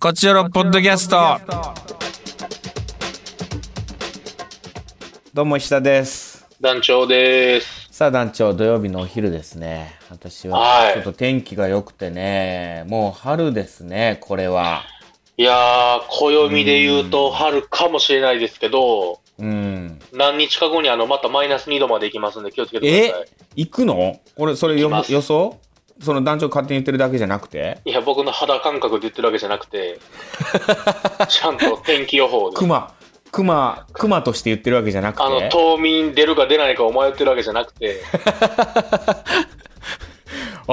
こちらのポッドキャスト。どうも石田です。団長です。さあ団長、土曜日のお昼ですね。私ははいちょっと天気が良くてね、もう春ですね、これは。いやー、暦で言うと春かもしれないですけど、うん。何日か後にあの、またマイナス2度まで行きますんで気をつけてえください。行くのこれ、それ行よきます予想その団長勝手に言ってるだけじゃなくていや、僕の肌感覚で言ってるわけじゃなく て、ちゃんと天気予報で。熊、熊、熊として言ってるわけじゃなくてあの、冬眠出るか出ないかを迷ってるわけじゃなくて、あ、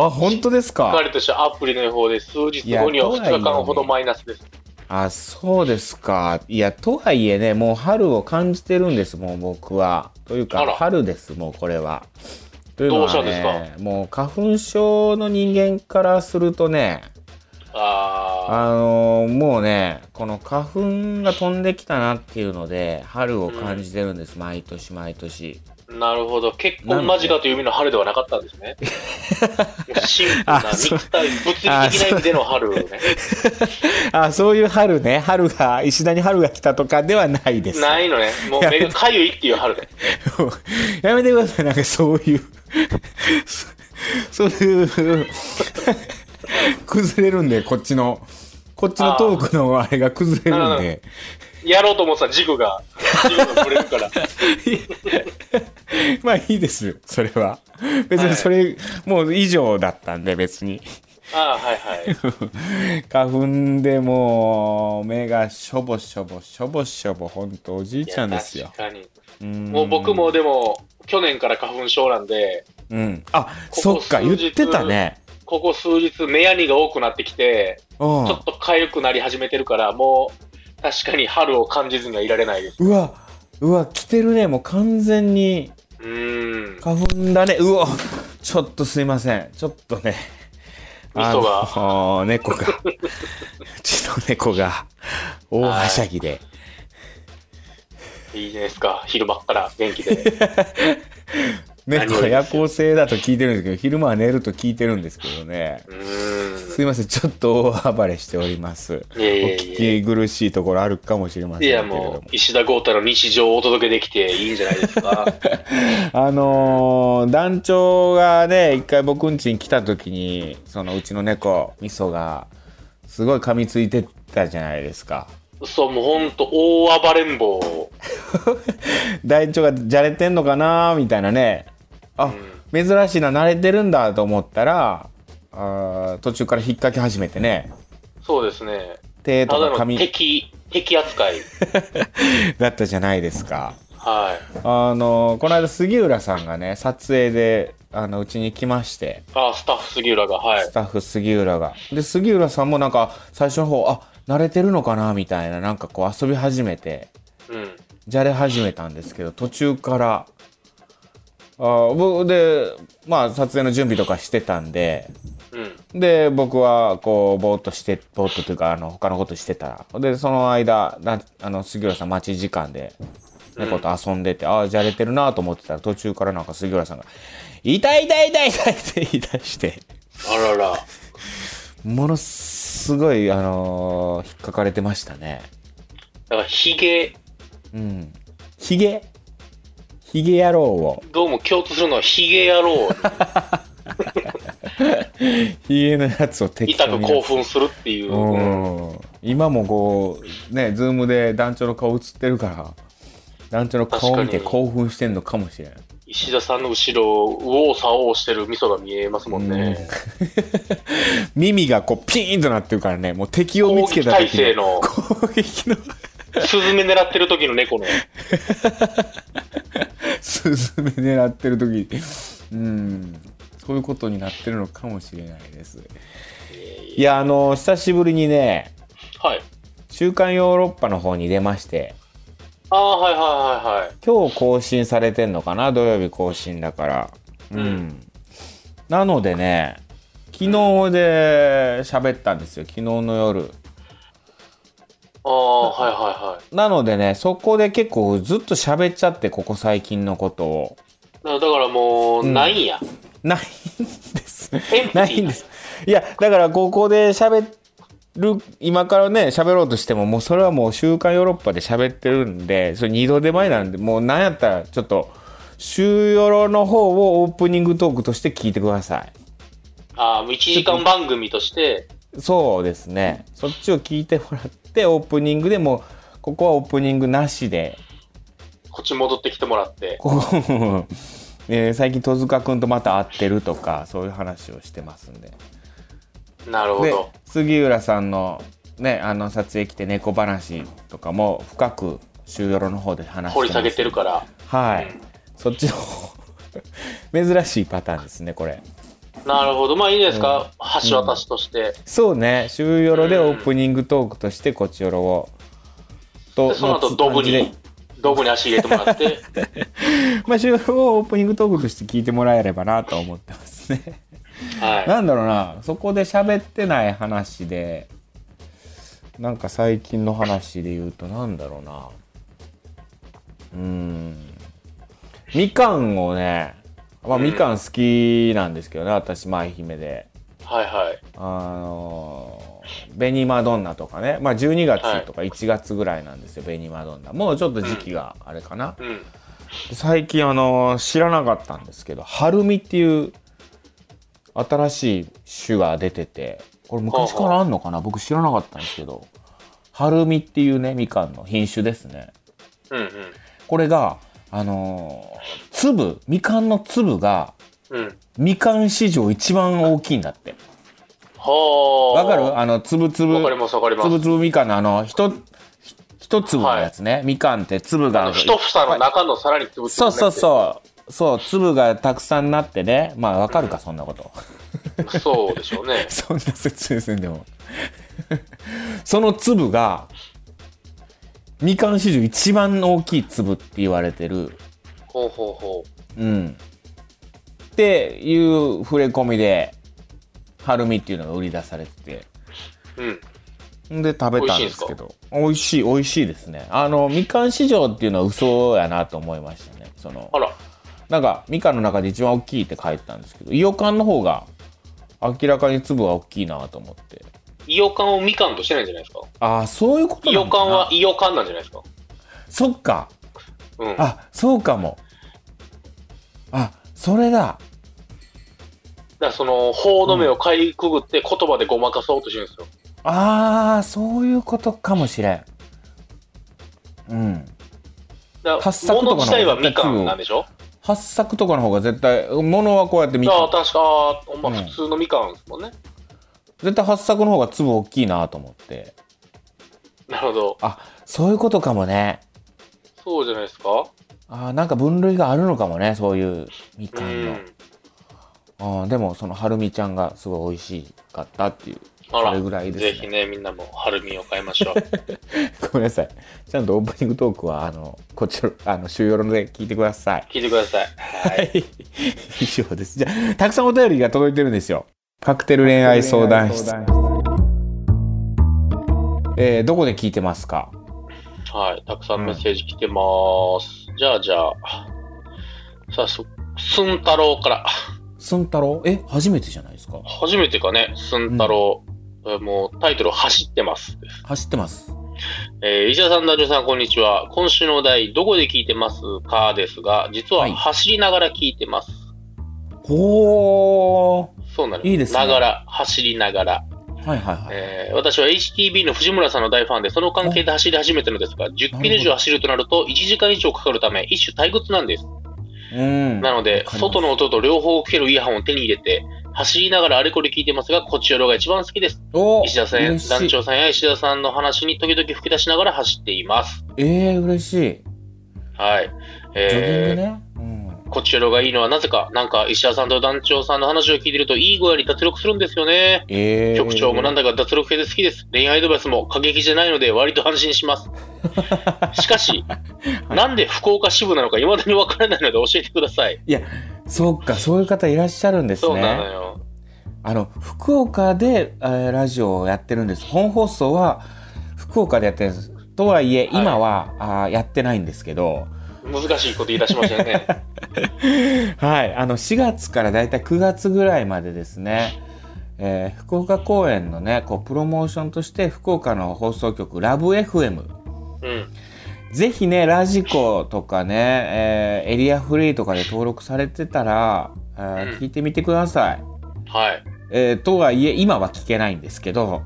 本当ですしっかかりとしたアプリの予報で数日後にはいやとはいえ2日間ほどマイナスです。あ、そうですか。いや、とはいえね、もう春を感じてるんです、もう僕は。というあ、から春です、もうこれは。というのは、ね、どうしたんでもう花粉症の人間からするとね、ああのーもうね、この花粉が飛んできたなっていうので、春を感じてるんです、毎年毎年。ー、なるほど。結婚間近という意味の春ではなかったんで すね。シンプルなあそう肉体、物理的な意味での春をね。あ、そういう春ね、春が、石田に春が来たとかではないです。 ないのね。もう目がかゆいっていう春で。 やめてください、なんかそういう、 そそういう、崩れるんで、こっちの、こっちのトークのあれが崩れるんで。やろうと思ってた軸が、軸がぶれる から。まあいいですよ、それは。別にそれ、もう以上だったんで、別に。 ああ、はいはい。花粉でもう、目がしょぼしょぼしょぼしょぼ、ほんとおじいちゃんですよいや。確かに。うんもう僕もでも、去年から花粉症なんで、うん。あ、こそこっか、言ってたね。ここ数日、目やにが多くなってきて、うんちょ。っと痒くなり始めてるから、もう、確かに春を感じずにはいられないです。うわ、うわ、来てるね、もう完全に。うーん。花粉だねうおちょっとすいませんちょっとね味噌があの猫がうちの猫が大はしゃぎでいいじゃないですか。昼間っから元 気で。猫何よはりで夜すよ行性だと聞いてるんですけど昼間は寝ると聞いてるんですけどねうーすいませんちょっと大暴れしておりますおん。いやいやいや。聞き苦しいところあるかもしれませんいけれやどももう、石田豪太の日常をお届けできていいんじゃないで すか。あのー団長がね一回僕ん家に来た時にそのうちの猫味噌がすごい噛みついてたじゃないですかそう、もうほんと、大暴れん坊。大腸がじゃれてんのかなみたいなねあ、珍しいな慣れてるんだと思ったらあー途中から引っ掛け始めてねそうですね。手とただかの髪敵、敵扱い。だったじゃないですかはい。あのこの間杉浦さんがね撮影であのうちに来ましてあ、スタッフ杉浦が、はいス。タッフ杉浦がで杉浦さんもなんか最初の方あ慣れてるのかなみたいななんかこう遊び始めてうん。じゃれ始めたんですけど途中からあー僕でまあ撮影の準備とかしてたんでうん。で僕はこうぼーっとしてぼーっとというかあの他のことしてたらでその間なあの杉浦さん待ち時間で猫と遊んでて、ああじゃれてるなと思ってたら途中からなんか杉浦さんが「痛い痛い痛い痛い」って言い出してあらら。ものすごいあのー引っかかれてましたねだから、ヒゲ、うんヒゲヒゲ野郎をどうも共通するのはヒゲ野 郎。ヒゲのやつを敵痛とく見な興奮するっていう。うんうん今もこうねズームで団長の顔映ってるから団長の顔見て確かに興奮してんのかもしれない石田さんの後ろを、右往左往してる味噌が見えますもんね。耳がこうピーンとなってるからねもう敵を見攻つけ撃た体時制に の、攻撃のスズメ狙ってる時の猫の。スズメ狙ってる時うんそういうことになってるのかもしれないですいやあの久しぶりにねはい。 「週刊ヨーロッパ」の方に出ましてああ、はいはいはいはい。今日更新されてんのかな土曜日更新だから。うん。うんなのでね、昨日で喋ったんですよ。昨日の夜。ああ、はいはいはい。なのでね、そこで結構ずっと喋っちゃって、ここ最近のことを。だだからもう、んないんや。ないんです。 エンプティーないんです。いや、だからここで喋っる、今からね、喋ろうとしても、もうそれはもう週刊ヨーロッパで喋ってるんで、それ二度手前なんで、もうなんやったら、ちょっと、週ヨロの方をオープニングトークとして聞いてください。ああ、もう1時間番組として、そうですね。そっちを聞いてもらって、オープニングでもう、ここはオープニングなしで、こっち戻ってきてもらって。ここえー最近戸塚くんとまた会ってるとか、そういう話をしてますんで。なるほでど。杉浦さんの,、ね、あの撮影来て猫話とかも深く週よろの方で話して掘り下げてるらから。はういそっちの方 珍しいパターンですねこれなるほど。まあいいですか、橋渡しとして。そうね週よろでオープニングトークとしてこっちよろをとで、その後、ドブに、ドブに足入れてもらって。 まあ週よろをオープニングトークとして聞いてもらえればなと思ってますねはなんだろうな、そこで喋ってない話で、なんか最近の話で言うと、なんだろうな。うーん。みかんをね、まあ、うんみかん好きなんですけどね、私、舞姫で。い。はいはい。あのー、ベニマドンナとかね、まあ、12月とか1月ぐらいなんですよ、ベニマドンナ。もうちょっと時期があれかな。うん。最近あの知らなかったんですけど「はるみ」っていう新しい種が出ててこれ昔からあんのかな僕知らなかったんですけど「はるみ」っていうねみかんの品種ですねうんこれがあのー粒みかんの粒がうん。うん。みかん史上一番大きいんだってはあ。わかるあの粒々わかりますわかりま粒す。々みかんのあのひとひ一粒のやつね、みかんって粒あがの一房の中のさらにつぶつぶそうそうそう。そう、粒がたくさんなってね。まあ、わかるか、そんなこと。。う。そうでしょうねそんな説明すんでも。 その粒が、みかん史上一番大きい粒って言われてる。ほうほうほうん。っていう触れ込みで、ハルミっていうのが売り出されてて。う。うん。んで食べたんですけど。美味しい、美味しいですね。あの、みかん市場っていうのは嘘やなと思いましたね。その、あら。なんか、みかんの中で一番大きいって書いてたんですけど、イオカンの方が、明らかに粒は大きいなと思って。イオカンをみかんとしてないんじゃないですかああ、そういうことイなオのかカなンはイオカンなんじゃないですかそっか。うん。あ、そうかも。あ、それだ。だからその、法の目をかいくぐって言葉でごまかそうとしてるんですよ。ああ、そういうことかもしれん。うん。だから八作とかの物自体はみかんなんでしょ発作とかの方が絶対、物はこうやってみだからかん。確か、あーほんまうん普通のみかんですもんね。絶対発作の方が粒大きいなと思って。なるほど。あ、そういうことかもね。そうじゃないですかあーなんか分類があるのかもね、そういうみうかんの。ん。あーでもそのはるみちゃんがすごい美味しかったっていう あそれぐらら、いですねぜひね、みんなも春見を買いま しょう。ごめんなさいちゃんとオープニングトークはあのこっちのあの週よろで聞いてください聞いてください。はい以上ですじゃあたくさんお便りが届いてるんですよカクテル恋愛相談室えーどこで聞いてますかはい、たくさんメッセージ来てます。じゃあ、じゃあ、さあ、す、すんたろうから。すんたろうえ初めてじゃないですか初めてかね、すんたろう。えもう、タイトル、走ってます。走ってますえー、石田さん、ダジョさん、こんにちは。今週のお題、どこで聞いてますかですが、実ははい走りながら聞いてます。ほーそうなる。いいですねながら、走りながら。はいはいはい、えー私は HTB の藤村さんの大ファンで、その関係で走り始めたのですが、10キロ以上走るとなると、1時間以上かかるため、一種退屈なんです。うんなので、わかります外の音と両方を聞けるイヤホンを手に入れて、走りながらあれこれ聞いてますが、こっちよろが一番好きです。お石田さん、嬉しい団長さんや石田さんの話に時々吹き出しながら走っています。えー、嬉しいはい。ジョギングえーね、うんこっちよろがいいのはなぜか、なんか石田さんと団長さんの話を聞いてると、いい声に脱力するんですよね。えー、局長もなんだか脱力系で好きです。恋愛アドバイスも過激じゃないので、割と安心します。 しかし、なんで福岡支部なのか、未だにわからないので教えてください。そうかそういう方いらっしゃるんですねそうなのよ。あの福岡で、えーラジオをやってるんです本放送は福岡でやってるんですとはいえ、はい今はあーやってないんですけど、難しいこと言い出しましたよね。 はい、あの4月からだいたい9月ぐらいまでですね、えー福岡公演のね、こう、プロモーションとして、福岡の放送局、ラブ FM。うん。ぜひね、ラジコとかね、えーエリアフリーとかで登録されてたら、えーうん聞いてみてください。はい。えーとはいえ、今は聞けないんですけど、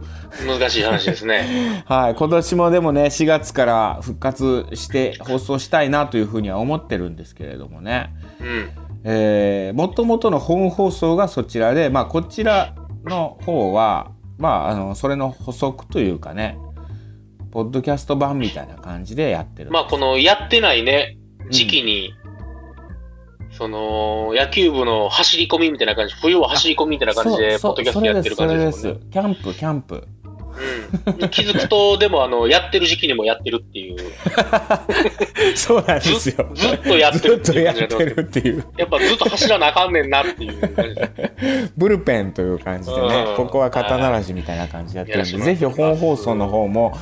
難しい話ですね。はい、今年もでもね、4月から復活して放送したいなというふうには思ってるんですけれどもね。うん。えー、元々の本放送がそちらで、まあ、こちらの方は、まあ、あの、それの補足というかね、ポッドキャスト版みたいな感じでやってる。まあ、このやってないね、時期に、その、野球部の走り込みみたいな感じ、冬は走り込みみたいな感じで、ポそッうそドうキャストやってる感じですそもれんでね。す。キャンプ、キャンプ。うん。気づくと、でも、あの、やってる時期にもやってるっていう、そうなんずですずよ。っとやってずるっってというや感じっになっててるますけどっていう。やっぱずっと走らなあかんねんなっ ていう感じですね。ブルペンという感じでね、うんここは肩慣らしみたいな感じでやってるんで、はいぜひ本放送の方も、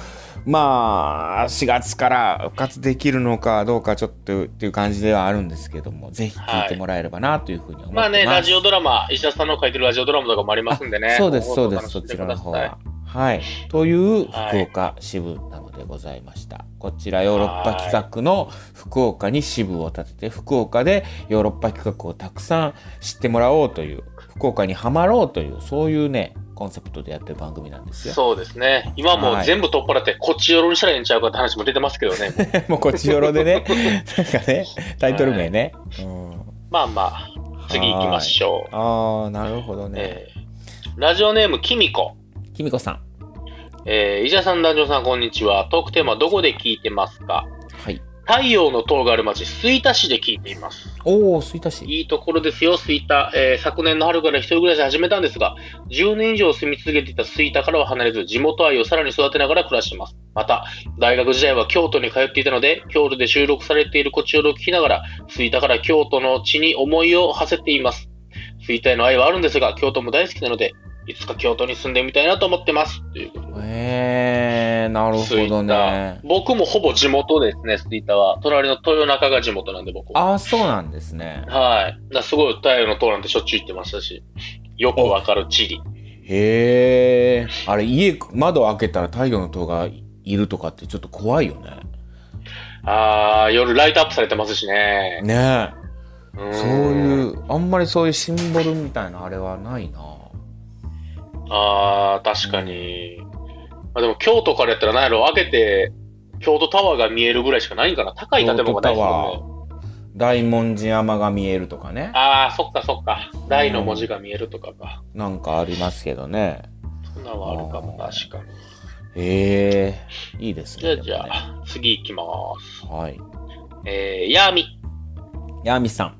まあ、4月から復活できるのかどうかちょっとっていう感じではあるんですけども、ぜひ聞いてもらえればなというふうに思ってます。まあね、ラジオドラマ、石田さんの書いてるラジオドラマとかもありますんでね。そうです、そうでおす、そ楽しちみらのください方は。はい。という福岡支部なのでございました。こちらヨーロッパ企画の福岡に支部を立てて、福岡でヨーロッパ企画をたくさん知ってもらおうという、福岡にはまろうという、そういうね、コンセプトでやってる番組なんですよ。そうですね。今もう全部取っ払って、こっち寄ろにしたらええんちゃうかって話も出てますけど ね。もうこっちよろ でね、なんかね、タイトル名ね。まあまあ、次行きましょあう。あー、なるほどね。えーラジオネーム、きみこ。きみこさん。えー、石田さん、男女さん、こんにちは。トークテーマ、どこで聞いてますかはい。太陽の塔がある町、吹田市で聞いています。おお、吹田市。いいところですよ、吹田。えー昨年の春から一人暮らし始めたんですが、10年以上住み続けていた吹田からは離れず、地元愛をさらに育てながら暮らしています。また、大学時代は京都に通っていたので、京都で収録されているこちよろを聞きながら、吹田から京都の地に思いを馳せています。吹田への愛はあるんですが、京都も大好きなので、いつか京都に住んでみたいなと思ってます。ということでえー、なるほどね。僕もほぼ地元ですね、吹田は。隣の豊中が地元なんで、僕は。ああ、そうなんですね。はい。だからすごい太陽の塔なんてしょっちゅう行ってましたし、よくわかる地理。へえ。あれ、家、窓開けたら太陽の塔がいるとかってちょっと怖いよね。あー、夜ライトアップされてますしね。ねうえ。んそういう、あんまりそういうシンボルみたいなあれはないな。あー、確かに。まあ、でも京都からやったら何やろ、開けて、京都タワーが見えるぐらいしかないんかな。高い建物がな京都タいですよね。大文字山が見えるとかね。あー、そっかそっか。大の文字が見えるとかか。なんかありますけどね。そんなんはあるかも、確かに。へえ。いいですじゃね。あじゃあ、次行きます。でもねはい。えー、ヤーミ。ヤミさん。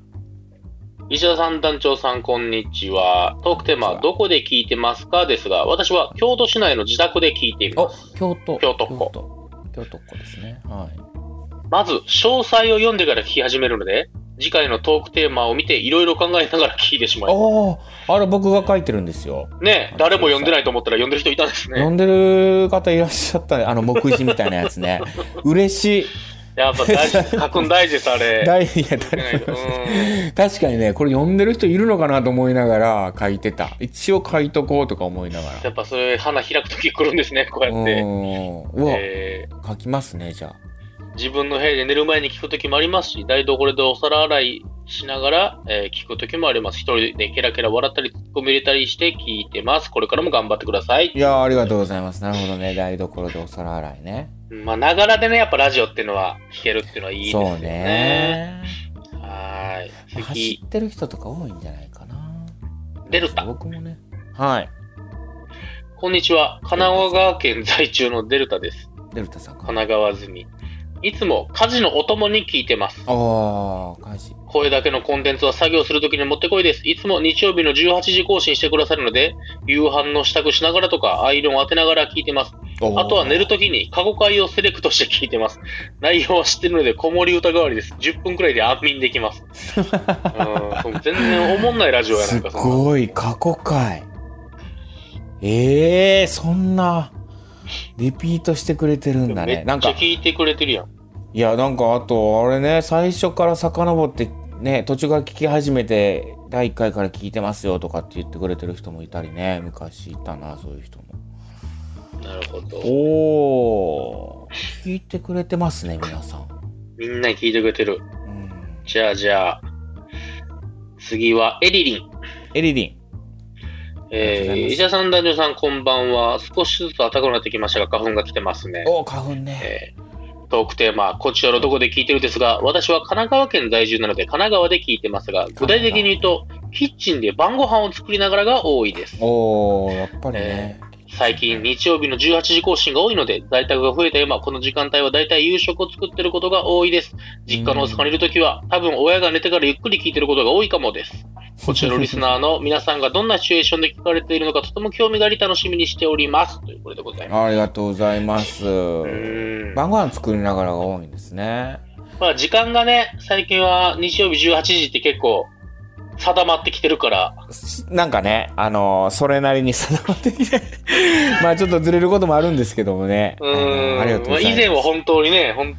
石田さん、団長さん、こんにちは。トークテーマは、どこで聞いてますかですが、私は京都市内の自宅で聞いていまおす。、京都。京都っ京子都。京都っ子ですね。はい。まず、詳細を読んでから聞き始めるので、次回のトークテーマを見て、いろいろ考えながら聞いてしまいまああ、あれ僕が書いてるんですよ。す。ねえ誰も読んでないと思ったら読んでる人いたんです読ね。んでる方いらっしゃったね。あの、目次みたいなやつ ね。嬉しい。やっぱ大事、書くん大事です、あれ。 大いや読んでないとう大ん確かにねこれ読んでる人いるのかなと思いながら書いてた一応書いとこうとか思いながらやっぱそういう花開く時来るんですね、こううやって。ーんうわ、えー書きますねじゃあ自分の部屋で寝る前に聞く時もありますし、台所でお皿洗いしながら、えー聞く時もあります。一人でケラケラ笑ったり、ツッコミ入れたりして聞いてます。これからも頑張ってくださいい。やーありがとうございますなるほどね台所でお皿洗いねまあ、ながらでね、やっぱラジオっていうのは聞けるっていうのはいいですよそうね。ねそうね。はーい。走次、ってる人とか多いんじゃないかなデルタ。僕もねはいこんにちは。神奈川県在住のデルタです。デルタさんか神奈川住み。いつも家事のお供に聞いてます。ああ家事声だけのコンテンツは作業するときにもってこいです。いつも日曜日の18時更新してくださるので、夕飯の支度しながらとか、アイロンを当てながら聞いてます。あとは寝るときに過去回をセレクトして聞いてます。内容は知ってるので、子守歌代わりです。10分くらいで安眠できます。 うんそう全然おもんないラジオやなすんかそんなごい過去回ええー、そんなリピートしてくれてるんだめねっちなゃんか聞いてくれてるやん。いやなんかあとあれね最初から遡ってね途中から聞き始めて第1回から聞いてますよとかって言ってくれてる人もいたりね、昔いたな、そういう人も。なるほど。おー、聞いてくれてますね、皆さん。みんな聞いてくれてる。うん。じゃあじゃあ、次はエリリン。エリリン。あえりがとうございまー、す石田さん、男女さん、こんばんは。少しずつ暖かくなってきましたが、花粉が来てますね。おー、花粉ね。えートークテーマ、こちらのどこで聞いてるですが、私は神奈川県在住なので、神奈川で聞いてますが、具体的に言うと、キッチンで晩ご飯を作りながらが多いです。おー、やっぱりね。最近、日曜日の18時更新が多いので、在宅が増えた今、この時間帯はだいたい夕食を作ってることが多いです。実家のお阪にいるときは、多分親が寝てからゆっくり聞いてることが多いかもです。こちらのリスナーの皆さんがどんなシチュエーションで聞かれているのか、とても興味があり楽しみにしております。ということでございます。ありがとうございます。うーん晩ご飯作りながらが多いんですね。まあ時間がね、最近は日曜日18時って結構定まってきてるから、なんかね、あのーそれなりに定まってきて、 まあちょっとずれることもあるんですけどもね。うあのーん、ーありがとうございます。あ以前は本当にね、ほん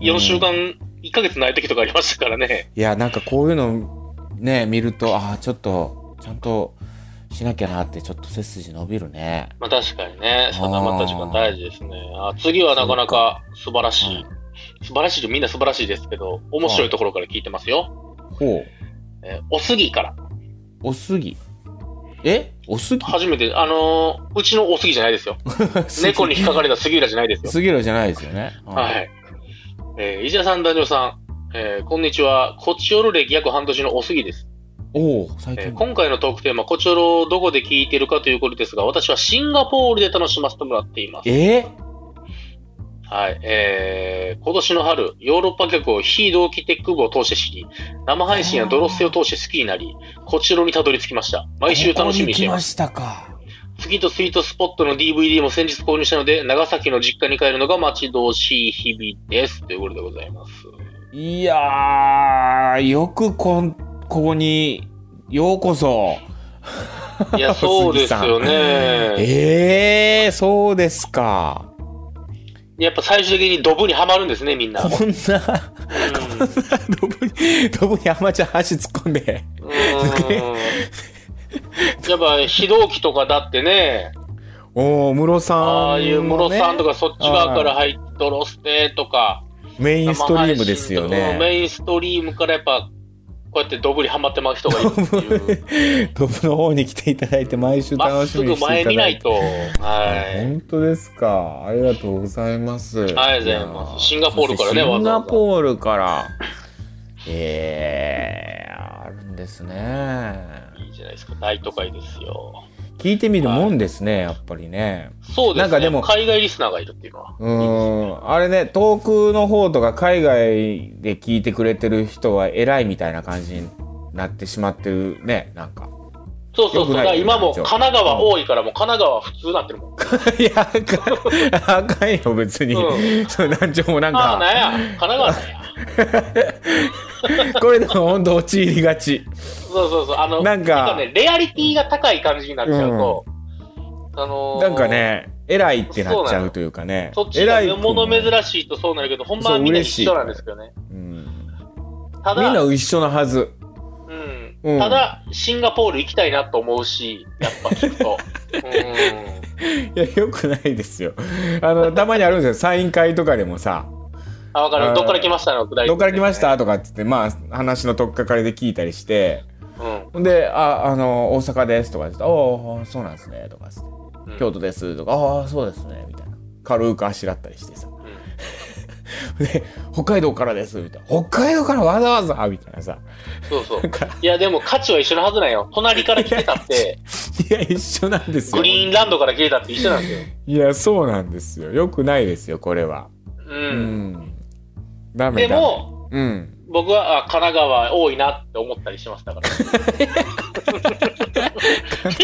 4週う間、1ヶ月ない時とかありましたからね。いや、なんかこういうのね、見ると、ああ、ちょっと、ちゃんとしなきゃなって、ちょっと背筋伸びるね。まあ確かにね、定まった時間大事ですね。あ次はなかなか素晴らしい。素晴らしいとみんな素晴らしいですけど、面白いところから聞いてますよ。ほう。えーおすぎから。おすぎ。えおす ぎ初めて、あのーうちのおすぎじゃないですよ。猫に引っかかれた杉浦じゃないですよ。すぎるじゃないですよね。は。い。えー、石田さん、男女さん、えーこんにちは。こちおろ歴約半年のおすぎです。おお、最えー近。今回のトークテーマ、こちおろをどこで聞いてるかということですが、私はシンガポールで楽しませてもらっています。えはい。えー、今年の春、ヨーロッパ客を非同期テック部を通して知り、生配信やドロッセを通して好きになり、こちらにたどり着きました。毎週楽しみにしてここにい来ま。ますしたか。次とスイートスポットの DVD も先日購入したので、長崎の実家に帰るのが待ち遠しい日々です。ということでござい ます。いやー、よくこん、ここに、ようこそ。いや、そうですよね。ええー、そうですか。やっぱ最終的にドブにはまるんですね、みんな。こんな、うんドブに、ドブにアマちゃん箸突っ込んで。うーんやっぱ非同期とかだってね、おお、室さん、ああいう室さんとか。かそっち側から入って、ドロステとか、メインストリームですようんね。メインストリームからやっぱ、こうやってどぶりハマってまう人がいるっていう。ドブの方に来ていただいて、毎週ま っ楽しすみにぐして前いた見だないいて。と。はい。本当ですか。ありがとうございます。ありがとうございますやシンガポールからねシわンざわざガポールから。ええー、あるんですね。いいじゃないですか。大都会ですよ。聞いてみるもんですね、やっぱりね。そうですね。なんかでも海外リスナーがいるっていうのは。うーん、あれね、遠くの方とか海外で聞いてくれてる人は偉いみたいな感じになってしまってるね、なんか。 そうそうよくそう。なだいから今も神奈川うん多いから、もう神奈川普通になってる もん。いや、あかん、あかんよ、別に。う そう、団長もなんあか、あ、なんや。神奈川なんや。これでも本当陥りがち。そうそうそう。あの、なんかね、レアリティが高い感じになっちゃうと、あのーなんか、ね、偉いってなっちゃうというかねそっ。ち偉いが物珍しいとそうなるけど、ほんまはみんな一緒なんですけどね。うんたみんだ、な一緒なはず。うんうんただ、シンガポール行きたいなと思うし、やっぱ聞くと。うんいや、よくないですよ。あ の、たまにあるんですよ。サイン会とかでもさ。あ、わかあーる。どっから来ましたの下り、どっから来ましたとかっつって、まあ、話のとっかかりで聞いたりして、うん。ほんで、あ、あの、大阪ですとか言って、おお、そうなんですね、とかっつって、うん京都ですとか、ああ、そうですね、みたいな。軽くあしらったりしてさ。うんで、北海道からです、みたいな。北海道からわざわざみたいなさ。そうそうなん。か、いや、でも価値は一緒のはずなんよ。隣から来てた って、いや、一緒なんですよ。グリーンランドから来てたって一緒なんですよ。いや、そうなんですよ。よくないですよ、これは。うう。んん。ダメでだ。も、うん。僕はあ神奈川多いなって思ったりしましたから。て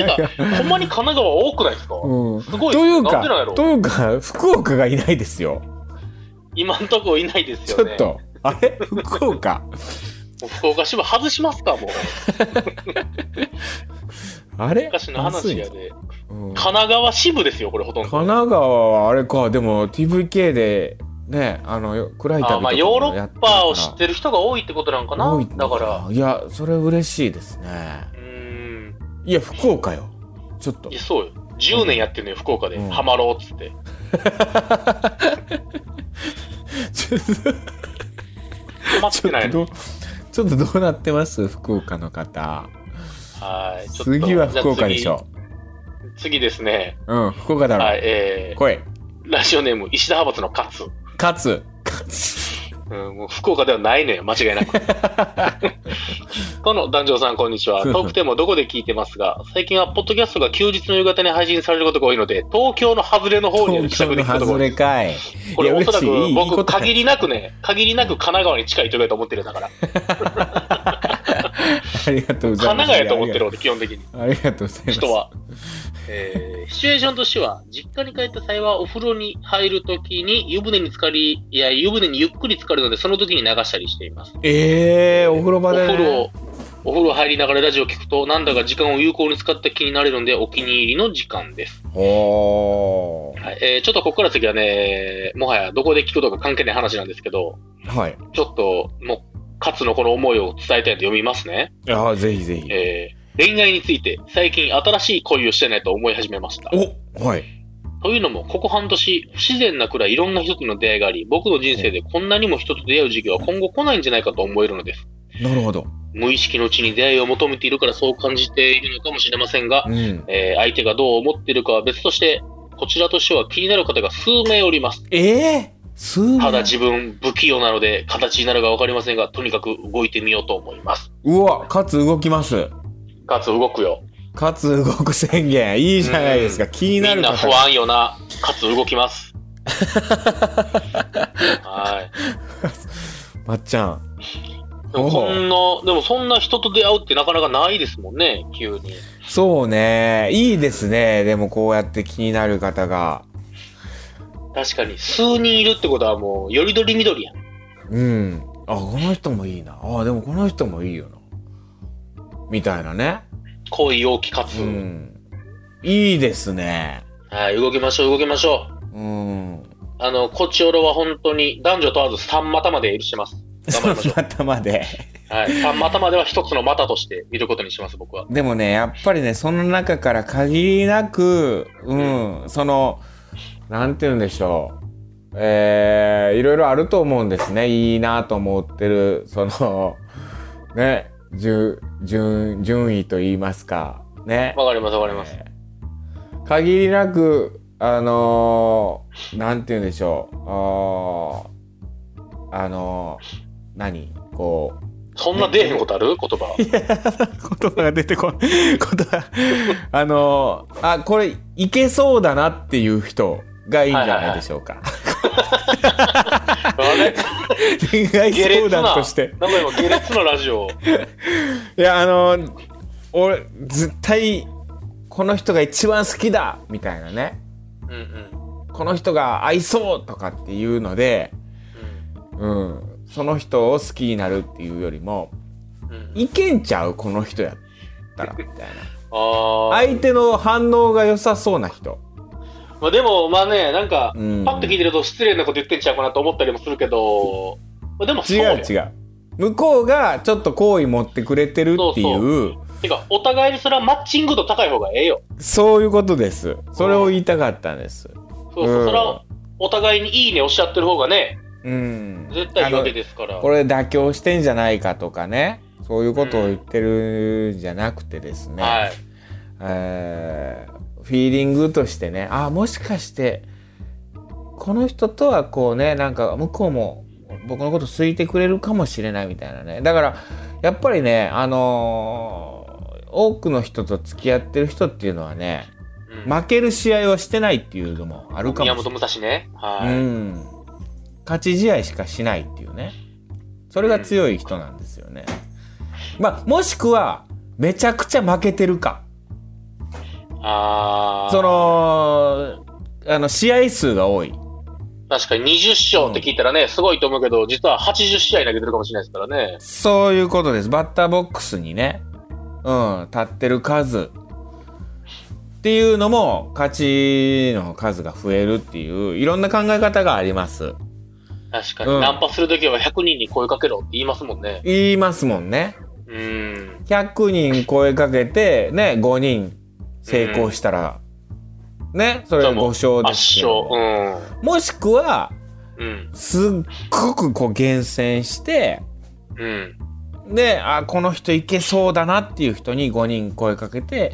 か、ほんまに神奈川多くないですか、うん。すごいというなんでなんやかろ、というか、 福岡がいないですよ。今んとこいないですちよょっね。と、あれ 福岡。もう福岡支部外しますか、もう。あれ昔の話やまずいで。うん神奈川支部ですよ、これほとんど。神奈川はあれか、でも TVK でねあのよ暗い旅とあかまあもヨーロやってるッからパを知ってる人が多いってことなんかな多いのだからいやそれ嬉しいですねうーんいや福岡よちょっといやそうよ10年やってるのよ福岡で、うんハマろうっつって ちょっとハマってないどのうちょっとどうなってます福岡の方はいちょっと次は福岡でしょじゃあ次次ですねうん福岡だろ、はいえ来いー、ラジオネーム石田派閥の勝、勝つ勝つうん、もう福岡ではないのよ間違いな くこの男女さんこんにちは遠くてもどこで聞いてますが最近はポッドキャストが休日の夕方に配信されることが多いので東京の外れの方に東自宅京での聞くことが外多いですれかいこれいやおそらく嬉しいいいいいこ僕とだ限りなくね、限りなく神奈川に近いとこやと思ってる よだから。ありがとうございま神す奈川やと思ってる俺基本的に。ありがとうございます人は。 えーシチュエーションとしては、実家に帰った際はお風呂に入るときに湯船に浸かり、いや、湯船にゆっくり浸かるので、その時に流したりしています。えー、お風呂お場で、風ね、呂、お風呂入りながらラジオ聞くと、なんだか時間を有効に使った気になれるので、お気に入りの時間です。おーはい、えーちょっとここから先はね、もはやどこで聞くとか関係ない話なんですけど、はいちょっと、もう、勝のこの思いを伝えたいので読みますね。あーぜひぜひえー恋愛について最近新しい恋をしてないと思い始めました。おはいというのも、ここ半年、不自然なくらいいろんな人との出会いがあり、僕の人生でこんなにも人と出会う時期は今後来ないんじゃないかと思えるのです。なるほど無意識のうちに出会いを求めているからそう感じているのかもしれませんがう、んえー相手がどう思っているかは別として、こちらとしては気になる方が数名おります。ええー、すごいただ自分、不器用なので、形になるかわかりませんが、とにかく動いてみようと思います。うわ勝つ動きますかつ動くよ。勝つ動く宣言いいじゃないですか気になみるんな方不安よな。かつ動きます。はまっちゃんい。でもこんな、でもそんな人と出会うってなかなかないですもんね、急に。そうねいいですねでもこうやって気になる方が確かに、数人いるってことはもう、よりどりみどりやん。うんあこの人もいいなあでもこの人もいいよなみたいなね恋多きかつ、うんいいですねはい、動きましょう、動きましょう。うんあの、こちおろは本当に男女問わず三股まで許してます。頑張りま しょその頭でう。はい。三股までは一つの股として見ることにします、僕は。でもねやっぱりねその中から限りなくうん、そのなんて言うんでしょうえー、いろいろあると思うんですねいいなと思ってるそのね順順順位と言いますかねわかります、わかります。えー限りなくあのーなんて言うんでしょうあーあのー何こうそんな出えへんことある言葉。いや言葉が出てこない 言葉あのあこれいけそうだなっていう人がいいんじゃないでしょうか、あれ 恋愛下相劣な。談としてなんか今、下劣なラジオ。いやあの俺絶対この人が一番好きだみたいなねうんうん。この人が合いそうとかっていうので、うん、その人を好きになるっていうよりもうん、いけんちゃうこの人やったらみ たいなああ、相手の反応が良さそうな人まあ、でも、まあね、なんか、うんパッと聞いてると失礼なこと言ってんちゃうかなと思ったりもするけど、まあ、でもそう違よう違う向こうがちょっと好意持ってくれてるっていうそうてか、お互いにそれはマッチング度高い方がええよ。いうことですそれを言いたかったんですそうそう、うんそれはお互いにいいねおっしゃってる方がね、うん絶対いいわけあですから。のこれ妥協してんじゃないかとかねそういうことを言ってるんじゃなくてですね、はい。えーフィーリングとしてねあもしかしてこの人とはこうねなんか向こうも僕のこと好いてくれるかもしれないみたいなねだからやっぱりねあのー多くの人と付き合ってる人っていうのはねうん負ける試合はしてないっていうのもあるか宮もし本れ武蔵ね。ない、はうん、勝ち試合しかしないっていうねそれが強い人なんですよね、まあもしくはめちゃくちゃ負けてるかい。ああ、そのあの試合数が多い確かに20勝って聞いたらね、すごいと思うけど、実は80試合投げてるかもしれないですからね。そういうことですバッターボックスにねうん立ってる数っていうのも勝ちの数が増えるっていういろんな考え方があります確かに、うんナンパするときは100人に声かけろって言いますもんね。言いますもんね。うん。 100人声かけて、ね、5人成功したら、ね、それは5勝ですけ圧ど勝。も。もしくは、うん。すっごくこう厳選して、うん。うん。で、あ、この人いけそうだなっていう人に5人声かけて、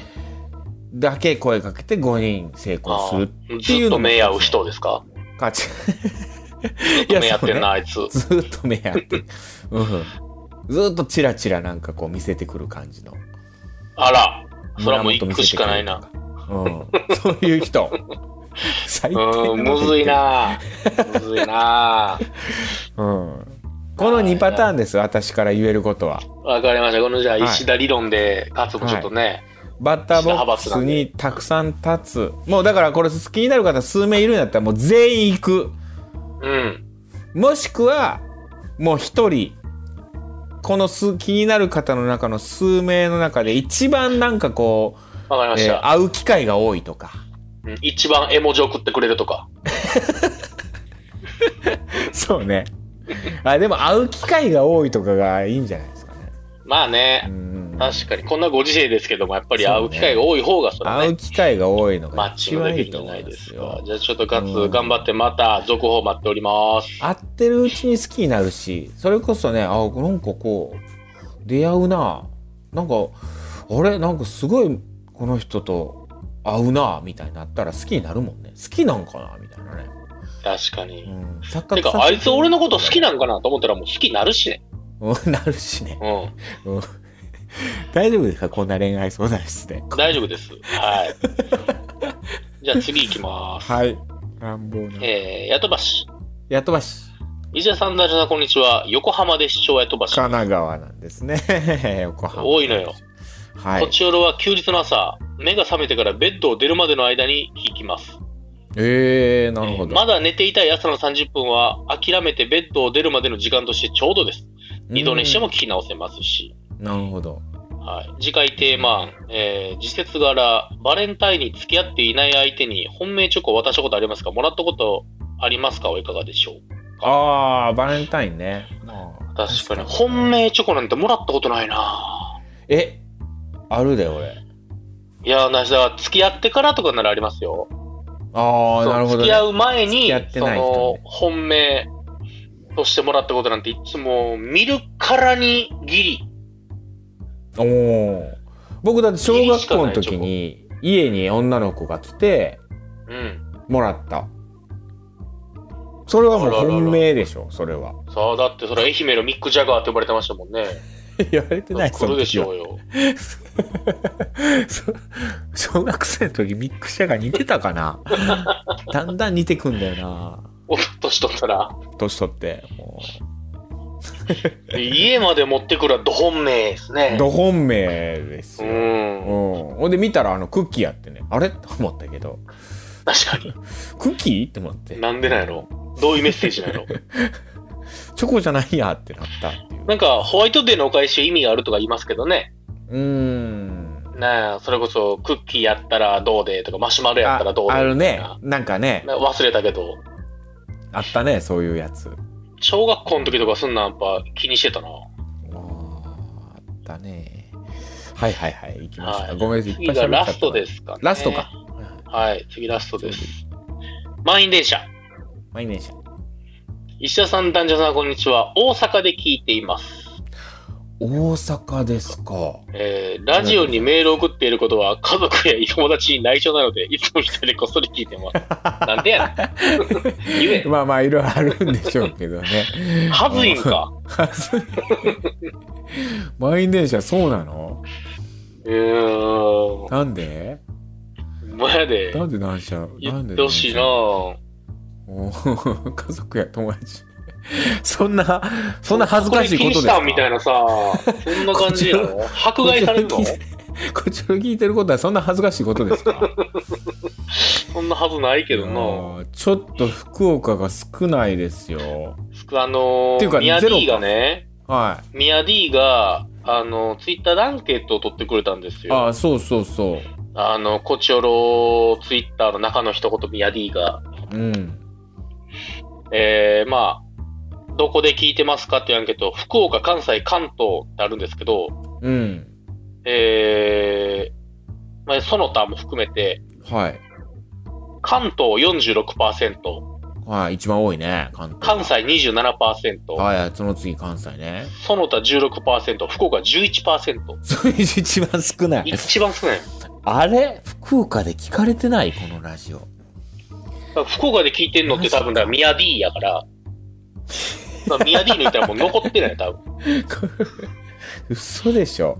だけ声かけて5人成功するあーっていずうのっとも目合う人ですか勝ち。ずっと目合ってんな、あいつ。 ずーっと目やって、うん、ずーっとチラチラなんかこう見せてくる感じのあら、それはもう胸元行見せくしてくかるないな。うん、そういう人 最低うん、むずい、なむずいなうん、この2パターンです私から言えることはわかりました。このじゃあ、はい石田理論で、かつもちょっとね、バッターボックスにたくさん立つもうだからこれ好きになる方数名いるんだったらもう全員行くうん。もしくはもう1人この数気になる方の中の数名の中で一番なんかこうわかりましえーた、会う機会が多いとかうん一番絵文字送ってくれるとか。 そう ねあでも会う機会が多いとかがいいんじゃないですかねまあうね、ん確かに、こんなご時世ですけども、やっぱり会う機会が多い方が、それね会う機会が多いのマがッチ一ングで番いきるいんじとゃ思ないいまですすよか。じゃあちょっとガツうん頑張ってまた続報待っております。会ってるうちに好きになるしそれこそねあなんかこう出会うななんかあれなんかすごいこの人と会うなみたいになったら好きになるもんね好きなんかなみたいなね、確かうに。ん、錯覚てか、させあいつ俺のこと好きななんかなと思ったらもう好きになるしね。 なるしねうん。うん大丈夫ですかこんな恋愛相談室 で大丈夫です。 はい。じゃあ次行きます。はい。乱暴な。えー、やとばし。やとばし。石田さん、大丈夫さん、こんにちは。横浜で市長やとばし。神奈川なんですね。 横浜。多いのよ。はこい。ちよろは休日の朝、目が覚めてからベッドを出るまでの間に聞きます。えー、なるほど。まだ寝ていたい朝の30分は、諦めてベッドを出るまでの時間としてちょうどです。二度寝しても聞き直せますし。うん。なるほど。はい、次回テーマ案、えー、時節柄、バレンタインに付き合っていない相手に本命チョコを渡したことありますかもらったことありますかはいかがでしょうあー、バレンタインね。まあ確かに、本命チョコなんてもらったことないなえ、あるで、俺。いやー、なしだ、付き合ってからとかならありますよ。あー、なるほ付ど、きね。合う前付に、き合ってそない人ねの、本命としてもらったことなんていつも見るからにギリ。おー。僕だって小学校の時に、家に女の子が来て、うん。もらった。それはもう本命でしょ、それは。さあ、だってそれ愛媛のミック・ジャガーって呼ばれてましたもんね。 言われて ない来るでしそょうよ。そ 小学生の時ミックシャが似てたか なだんだん似てくんだよなお年取ったら。年取っても家まで持ってくるはど本命ですうね。ど本命ですうよ、うん、ん。ほんで見たらあのクッキーやってねあれと思ったけど確か に。クッキーって思ってなんでなんやろどういうメッセージなんやろチョコじゃないやってなったっていうなんか、ホワイトデーのお返し意味があるとか言いますけどね。うーんなあ、それこそ、クッキーやったらどうでとか、マシュマロやったらどうであるみたいねななんかねな忘れたけど、あったねそういうやつ小学校の時とかそんなんやっぱ気にしてたな。あーあったねはいはいはい行きました、はいごめんなさい次いっぱがい喋っちゃラったストですかね。ラストか。はい、次ラストです。満員電車。毎年石田さん、男女さん、こんにちは。大阪で聞いています。大阪ですかえーラジオにメールを送っていることは家族や友達に内緒なので、いつも一人でこっそり聞いて ます。なんでやねん。言え。まあまあいろいろあるんでしょうけどね。はずい んか。は ずい。満員電車そうなのうーなんでん。もやで。なんで何車な言んでってほしいなぁ。おー家族や 友達。そんな、そんな恥ずかしいことですこかれ禁止したみたいなさ、そんな感じ なの迫こ害ちさられのるの聞いてこちらの聞いてること はそんな恥ずかしいことですかそんなはずないけどいやなーちょっと福岡が少ないですよ。あのっていうー、かミヤゼ D ロがかね、はミヤ D が、あの、ツイッターでアンケートを取ってくれたんですい。よ。ああ、そうそうそあの、コチョロツイッターの中の一言、ミヤ D が。う。うん。えー、まあ、どこで聞いてますかっていうアンケート、福岡、関西、関東ってあるんですけど、うん。えー、まあ、その他も含めて、はい。関東46%、はい。一番多いね。関東。関西27%、はい。その次、関西ね。その他16%、福岡11%。それ一番少ない。一番少ない。あれ福岡で聞かれてないこのラジオ。だから福岡で聞いてんのって多分だからミヤ D やから、まあ、ミヤ D 抜いたらもう残ってない、多分。 嘘でしょ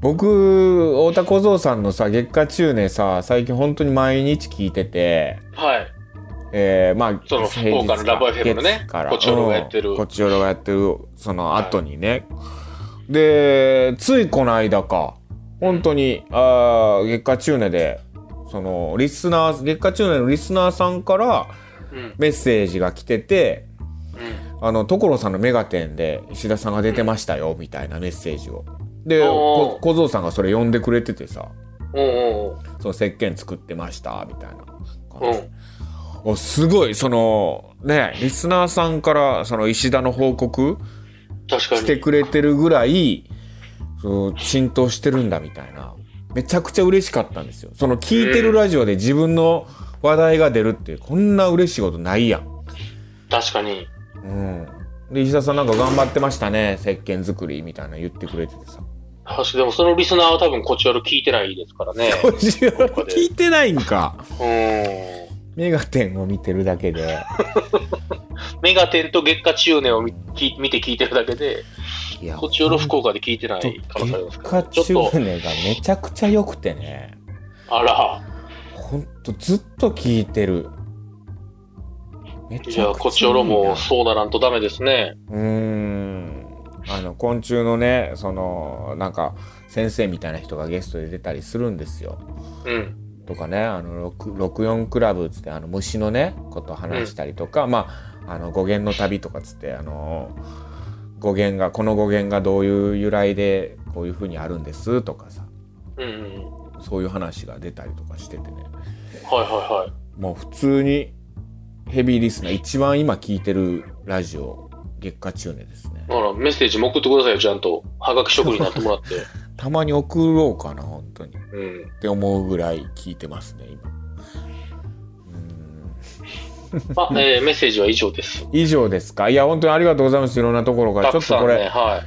僕太田小僧さんのさ月下中ねさ最近本当に毎日聞いててはい。えー、まあその平日か福岡のラブ FM のね月からこっちよろがやってるうんこっちよろがやってるその後にね、でついこの間か本当にあー月下中年でそのリスナー月下中年のリスナーさんからうん。メッセージが来ててうん。あの所さんの『メガテン』で石田さんが出てましたよみたいなメッセージを。でおーこ小僧さんがそれ呼んでくれててさおうおう「その石鹸作ってました」みたいなおう。う感じん。おすごいそのねリスナーさんからその石田の報告確かしてに。くれてるぐらいそう浸透してるんだみたいなめちゃくちゃ嬉しかったんですよ。その聞いてるラジオで自分の話題が出るってこんな嬉しいことないやん。確かに。うん、で石田さんなんか頑張ってましたね石鹸作りみたいなの言ってくれててさ確かに。でもそのリスナーは多分こっちよろ聞いてないですか らね。 聞いてないんかう『メガテン』を見てるだけでん。メガテンと月下中年を見き見て聞いてるだけで、いやこっちよろ福岡で聞いてなとい可能性ありますから、ちょ月っ下と中、年がめちゃくちゃ良くてねあら、ほんとずっと聞いてるめいや、こっちよろもそうならんとダメですね。うーんあの昆虫のねそのなんか先生みたいな人がゲストで出たりするんですようん。とかねあの六64クラブっつってあの虫のねことを話したりとか、まああの語源の旅とかっつってあの語源がこの語源がどういう由来でこういうふうにあるんですとかさうんうん。そういう話が出たりとかしててねはいはいはい。もう普通にヘビーリスナー一番今聞いてるラジオ月下中年ですねあら、メッセージも送ってくださいよ、ちゃんと。はがき職になってもらって。たまに送ろ うかな本当にっうん。て思うぐらい聞いてますね今うんまあ、えーメッセージは以上です。以上ですかいや本当にありがとうございますいろんなところからたちょくっとさこんれ、ね、は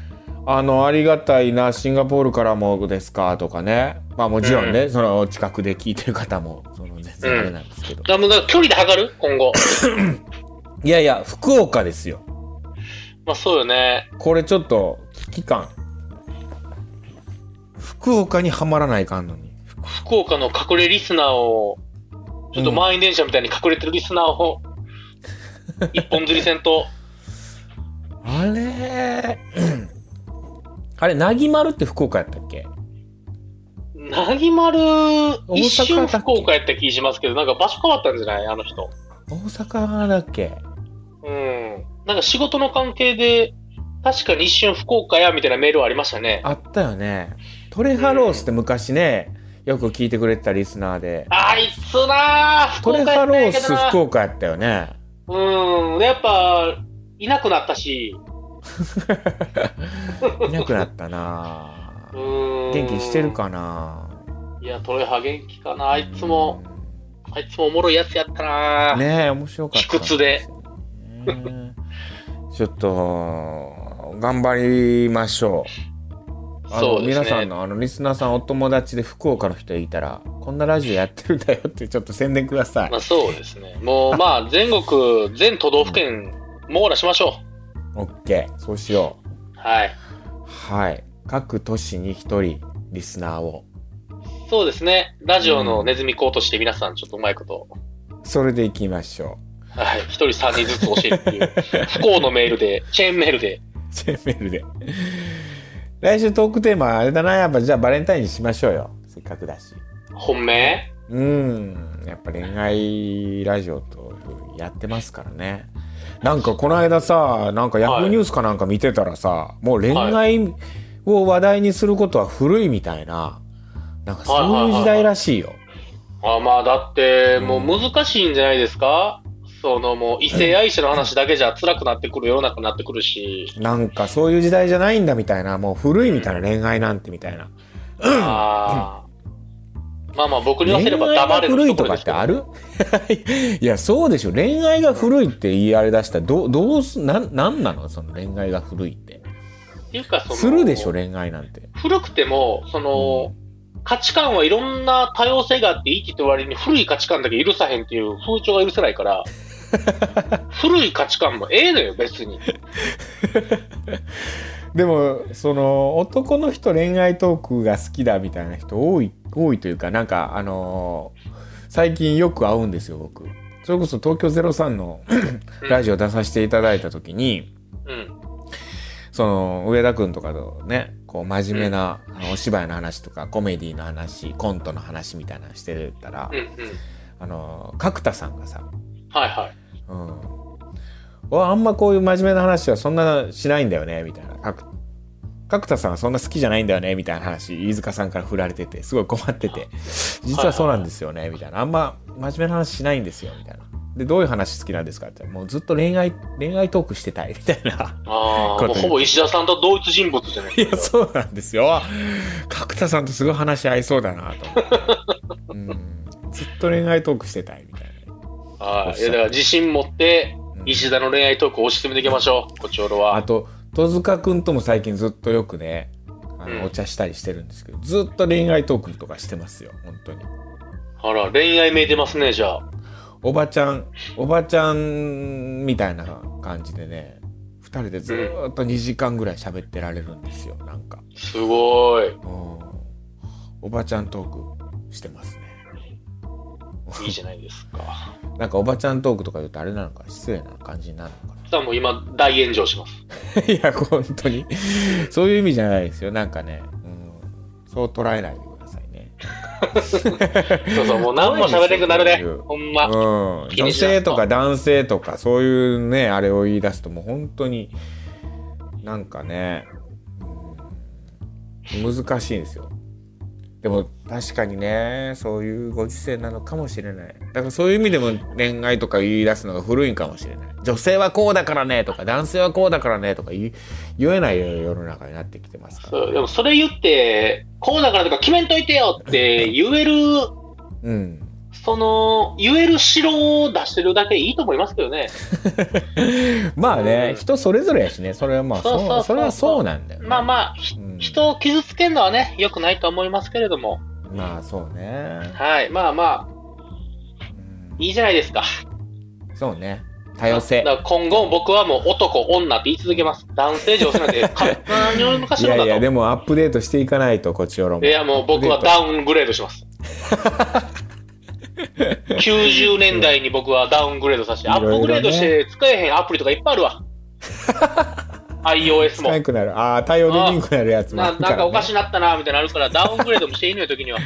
あのありがたいなシンガポールからもですかとかねまあもちろんね、その近くで聞いてる方もその全然あれなんですけどい。、だもうだから距離で測る今後。いやいや福岡ですよまあ、そうよね。これちょっと危機感福岡にはまらないかんのに福岡の隠れリスナーを、ちょっと満員電車みたいに隠れてるリスナーを、 一本釣り戦と、あれあれなぎまるって福岡やったっけなぎまる、阪一だ瞬っけ福岡やった気しますけど、なんか場所変わったんじゃないあの人。大阪だっけうん。なんか仕事の関係で、確かに一瞬福岡や、みたいなメールはありましたね。あったよねトレハロースって昔ねよく聞いてくれてたリスナーであいつなぁ、ト福レ岡やハっロたーんやけスどな福岡やったよねうん、やっぱ、いなくなったし、いなくなったなうぁん。元気してるかないや、トレハ元気かな。ああいつも、あいつもおもろいやつやったな、ねえ面白かった卑屈でねえちょっと頑張りましょうあのそうですね。皆さんのあのリスナーさんお友達で福岡の人いたらこんなラジオやってるんだよってちょっと宣伝くださいまあ、そうですね。もう、まあ、全国、全都道府県、網羅しましょ OK そうしようう。はい。はい各都市に一人リスナーをそうですね。ラジオのネズミ講として皆さん、ちょっとうまいこと、それでいきましょはい。一人三人ずつ教えるっていう、 不幸のメールで、チェーンメールで。う J メールで来週トークテーマあれだなやっぱじゃあバレンタインにしましょうよせっかくだし本命うんやっぱ恋愛ラジオというふうにやってますからねなんかこの間さなんかヤフーニュースかなんか見てたらさ、もう恋愛を話題にすることは古いみたいななんかそういう時代らしいよ、あまあ、だって、もう難しいんじゃないですか、そのもう異性愛者の話だけじゃ辛くなってくる世の中になってくるし、なんかそういう時代じゃないんだみたいな、もう古いみたいな恋愛なんてみたいな。あーまあまあ僕に言わせ恋れ愛ば黙がれ古るいとかってある いや、そうでしょ。恋愛が古いって言いあれだしたら、どう、どうす、なん、なんなのその恋愛が古いって。っていうかそのするでしょ、恋愛なんて。古くてもその、価値観はいろんな多様性があっていいって言った割に古い価値観だけ許さへんっていう風潮が許せないから古い価値観もええのよ別にでも、その、男の人恋愛トークが好きだみたいな人多い、多いというか、なんか、あのー最近よく会うんですよ、僕。それこそ東京03の ラジオ出させていただいたときに、うんその上田君とかとねこう真面目な、あのお芝居の話とかコメディの話コントの話みたいなのしてたら、うんうんあの角田さんがさ、はいはいうん、おあんまこういう真面目な話はそんなしないんだよねみたいな角角田さんはそんな好きじゃないんだよねみたいな話飯塚さんから振られててすごい困ってて実はそうなんですよねみたいなあんま真面目な話しないんですよみたいな。でどういう話好きなんですかって言ったらもうずっと恋愛恋愛トークしてたいみたいな。ああこうやもってうほぼ石田さんと同一人物じゃないいや、 そうなんですよ。角田さんとすごい話合いそうだなと思って。うん、ずっと恋愛トークしてたいみたいな。はいいやだから自信持ってうん石田の恋愛トークを押し進めていきましょうこちおろはあと、戸塚くんとも最近ずっとよくね、あうんのお茶したりしてるんですけど、ずっと恋愛トークとかしてますよ、本当に。あら恋愛めいてますねじゃあおばちゃん、おばちゃんみたいな感じでね、二人でずっと2時間ぐらい喋ってられるんですよ、なんか。すご いうんおばちゃんトークしてますね。いいじゃないですか。なんかおばちゃんトークとか言うとあれなのか失礼な感じになるのかさあもう今大炎上します。な いや本当にそういう意味じゃないですよなんかね、うん、そう捉えないでくださいね、そうそう、もう何も喋れなくなるね。ほんま。うん、気に女しな性とか男性とかそういうねあれを言い出すともう本当になんかね、うん、難しいんですよでも確かにねそういうご時世なのかもしれないだからそういう意味でも恋愛とか言い出すのが古いんかもしれない女性はこうだからねとか男性はこうだからねとか言い言えない世の中になってきてますからそうでもそれ言って、こうだからとか決めんといてよって言える、うんその、言える城を出してるだけいいと思いますけどね。まあね、うん人それぞれやしねそれはまあそうそうそうそうそれはそうなんだよね、まあまあ、ひうん人を傷つけるのはね、良くないと思いますけれども。まあそうね、はい。まあまあ、うんいいじゃないですか。そうね多様性だから今後僕はもう男、女って言い続けます。男性、女性な んて、か何よりもかいしらんやだいと。やでもアップデートしていかないとこっちよろもいや、もう僕はダウングレードします。90年代に僕はダウングレードさせて、いろアいろねップグレードして使えへんアプリとかいっぱいあるわ。iOS 使えもな。くなるああ対応できなくなるやつもあなるなんらかおかねしなったなみたいなのあ るから、ダウングレードもしていいのよ、時には。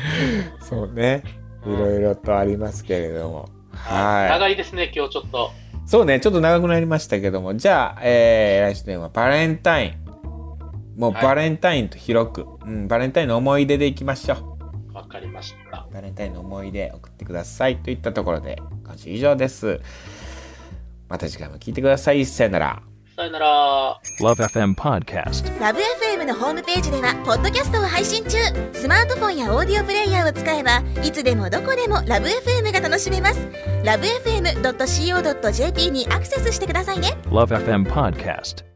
そうねいろいろとありますけれどもは長いですね、今日ちょっと。いそうねちょっと長くなりましたけどもじゃあ、えー、来週のテーマはバレンタインもうはいバレンタインと広く、うん、バレンタインの思い出でいきましょうわかりました。バレンタインの思い出送ってくださいといったところで今週以上ですまた次回も聞いてくださいさよならさよなら。 Love FM Podcast. ラブ f m のホームページではポッドキャストを配信中スマートフォンやオーディオプレイヤーを使えばいつでもどこでもラブ f m が楽しめますラブ FM.co.jp にアクセスしてくださいね Love FM Podcast.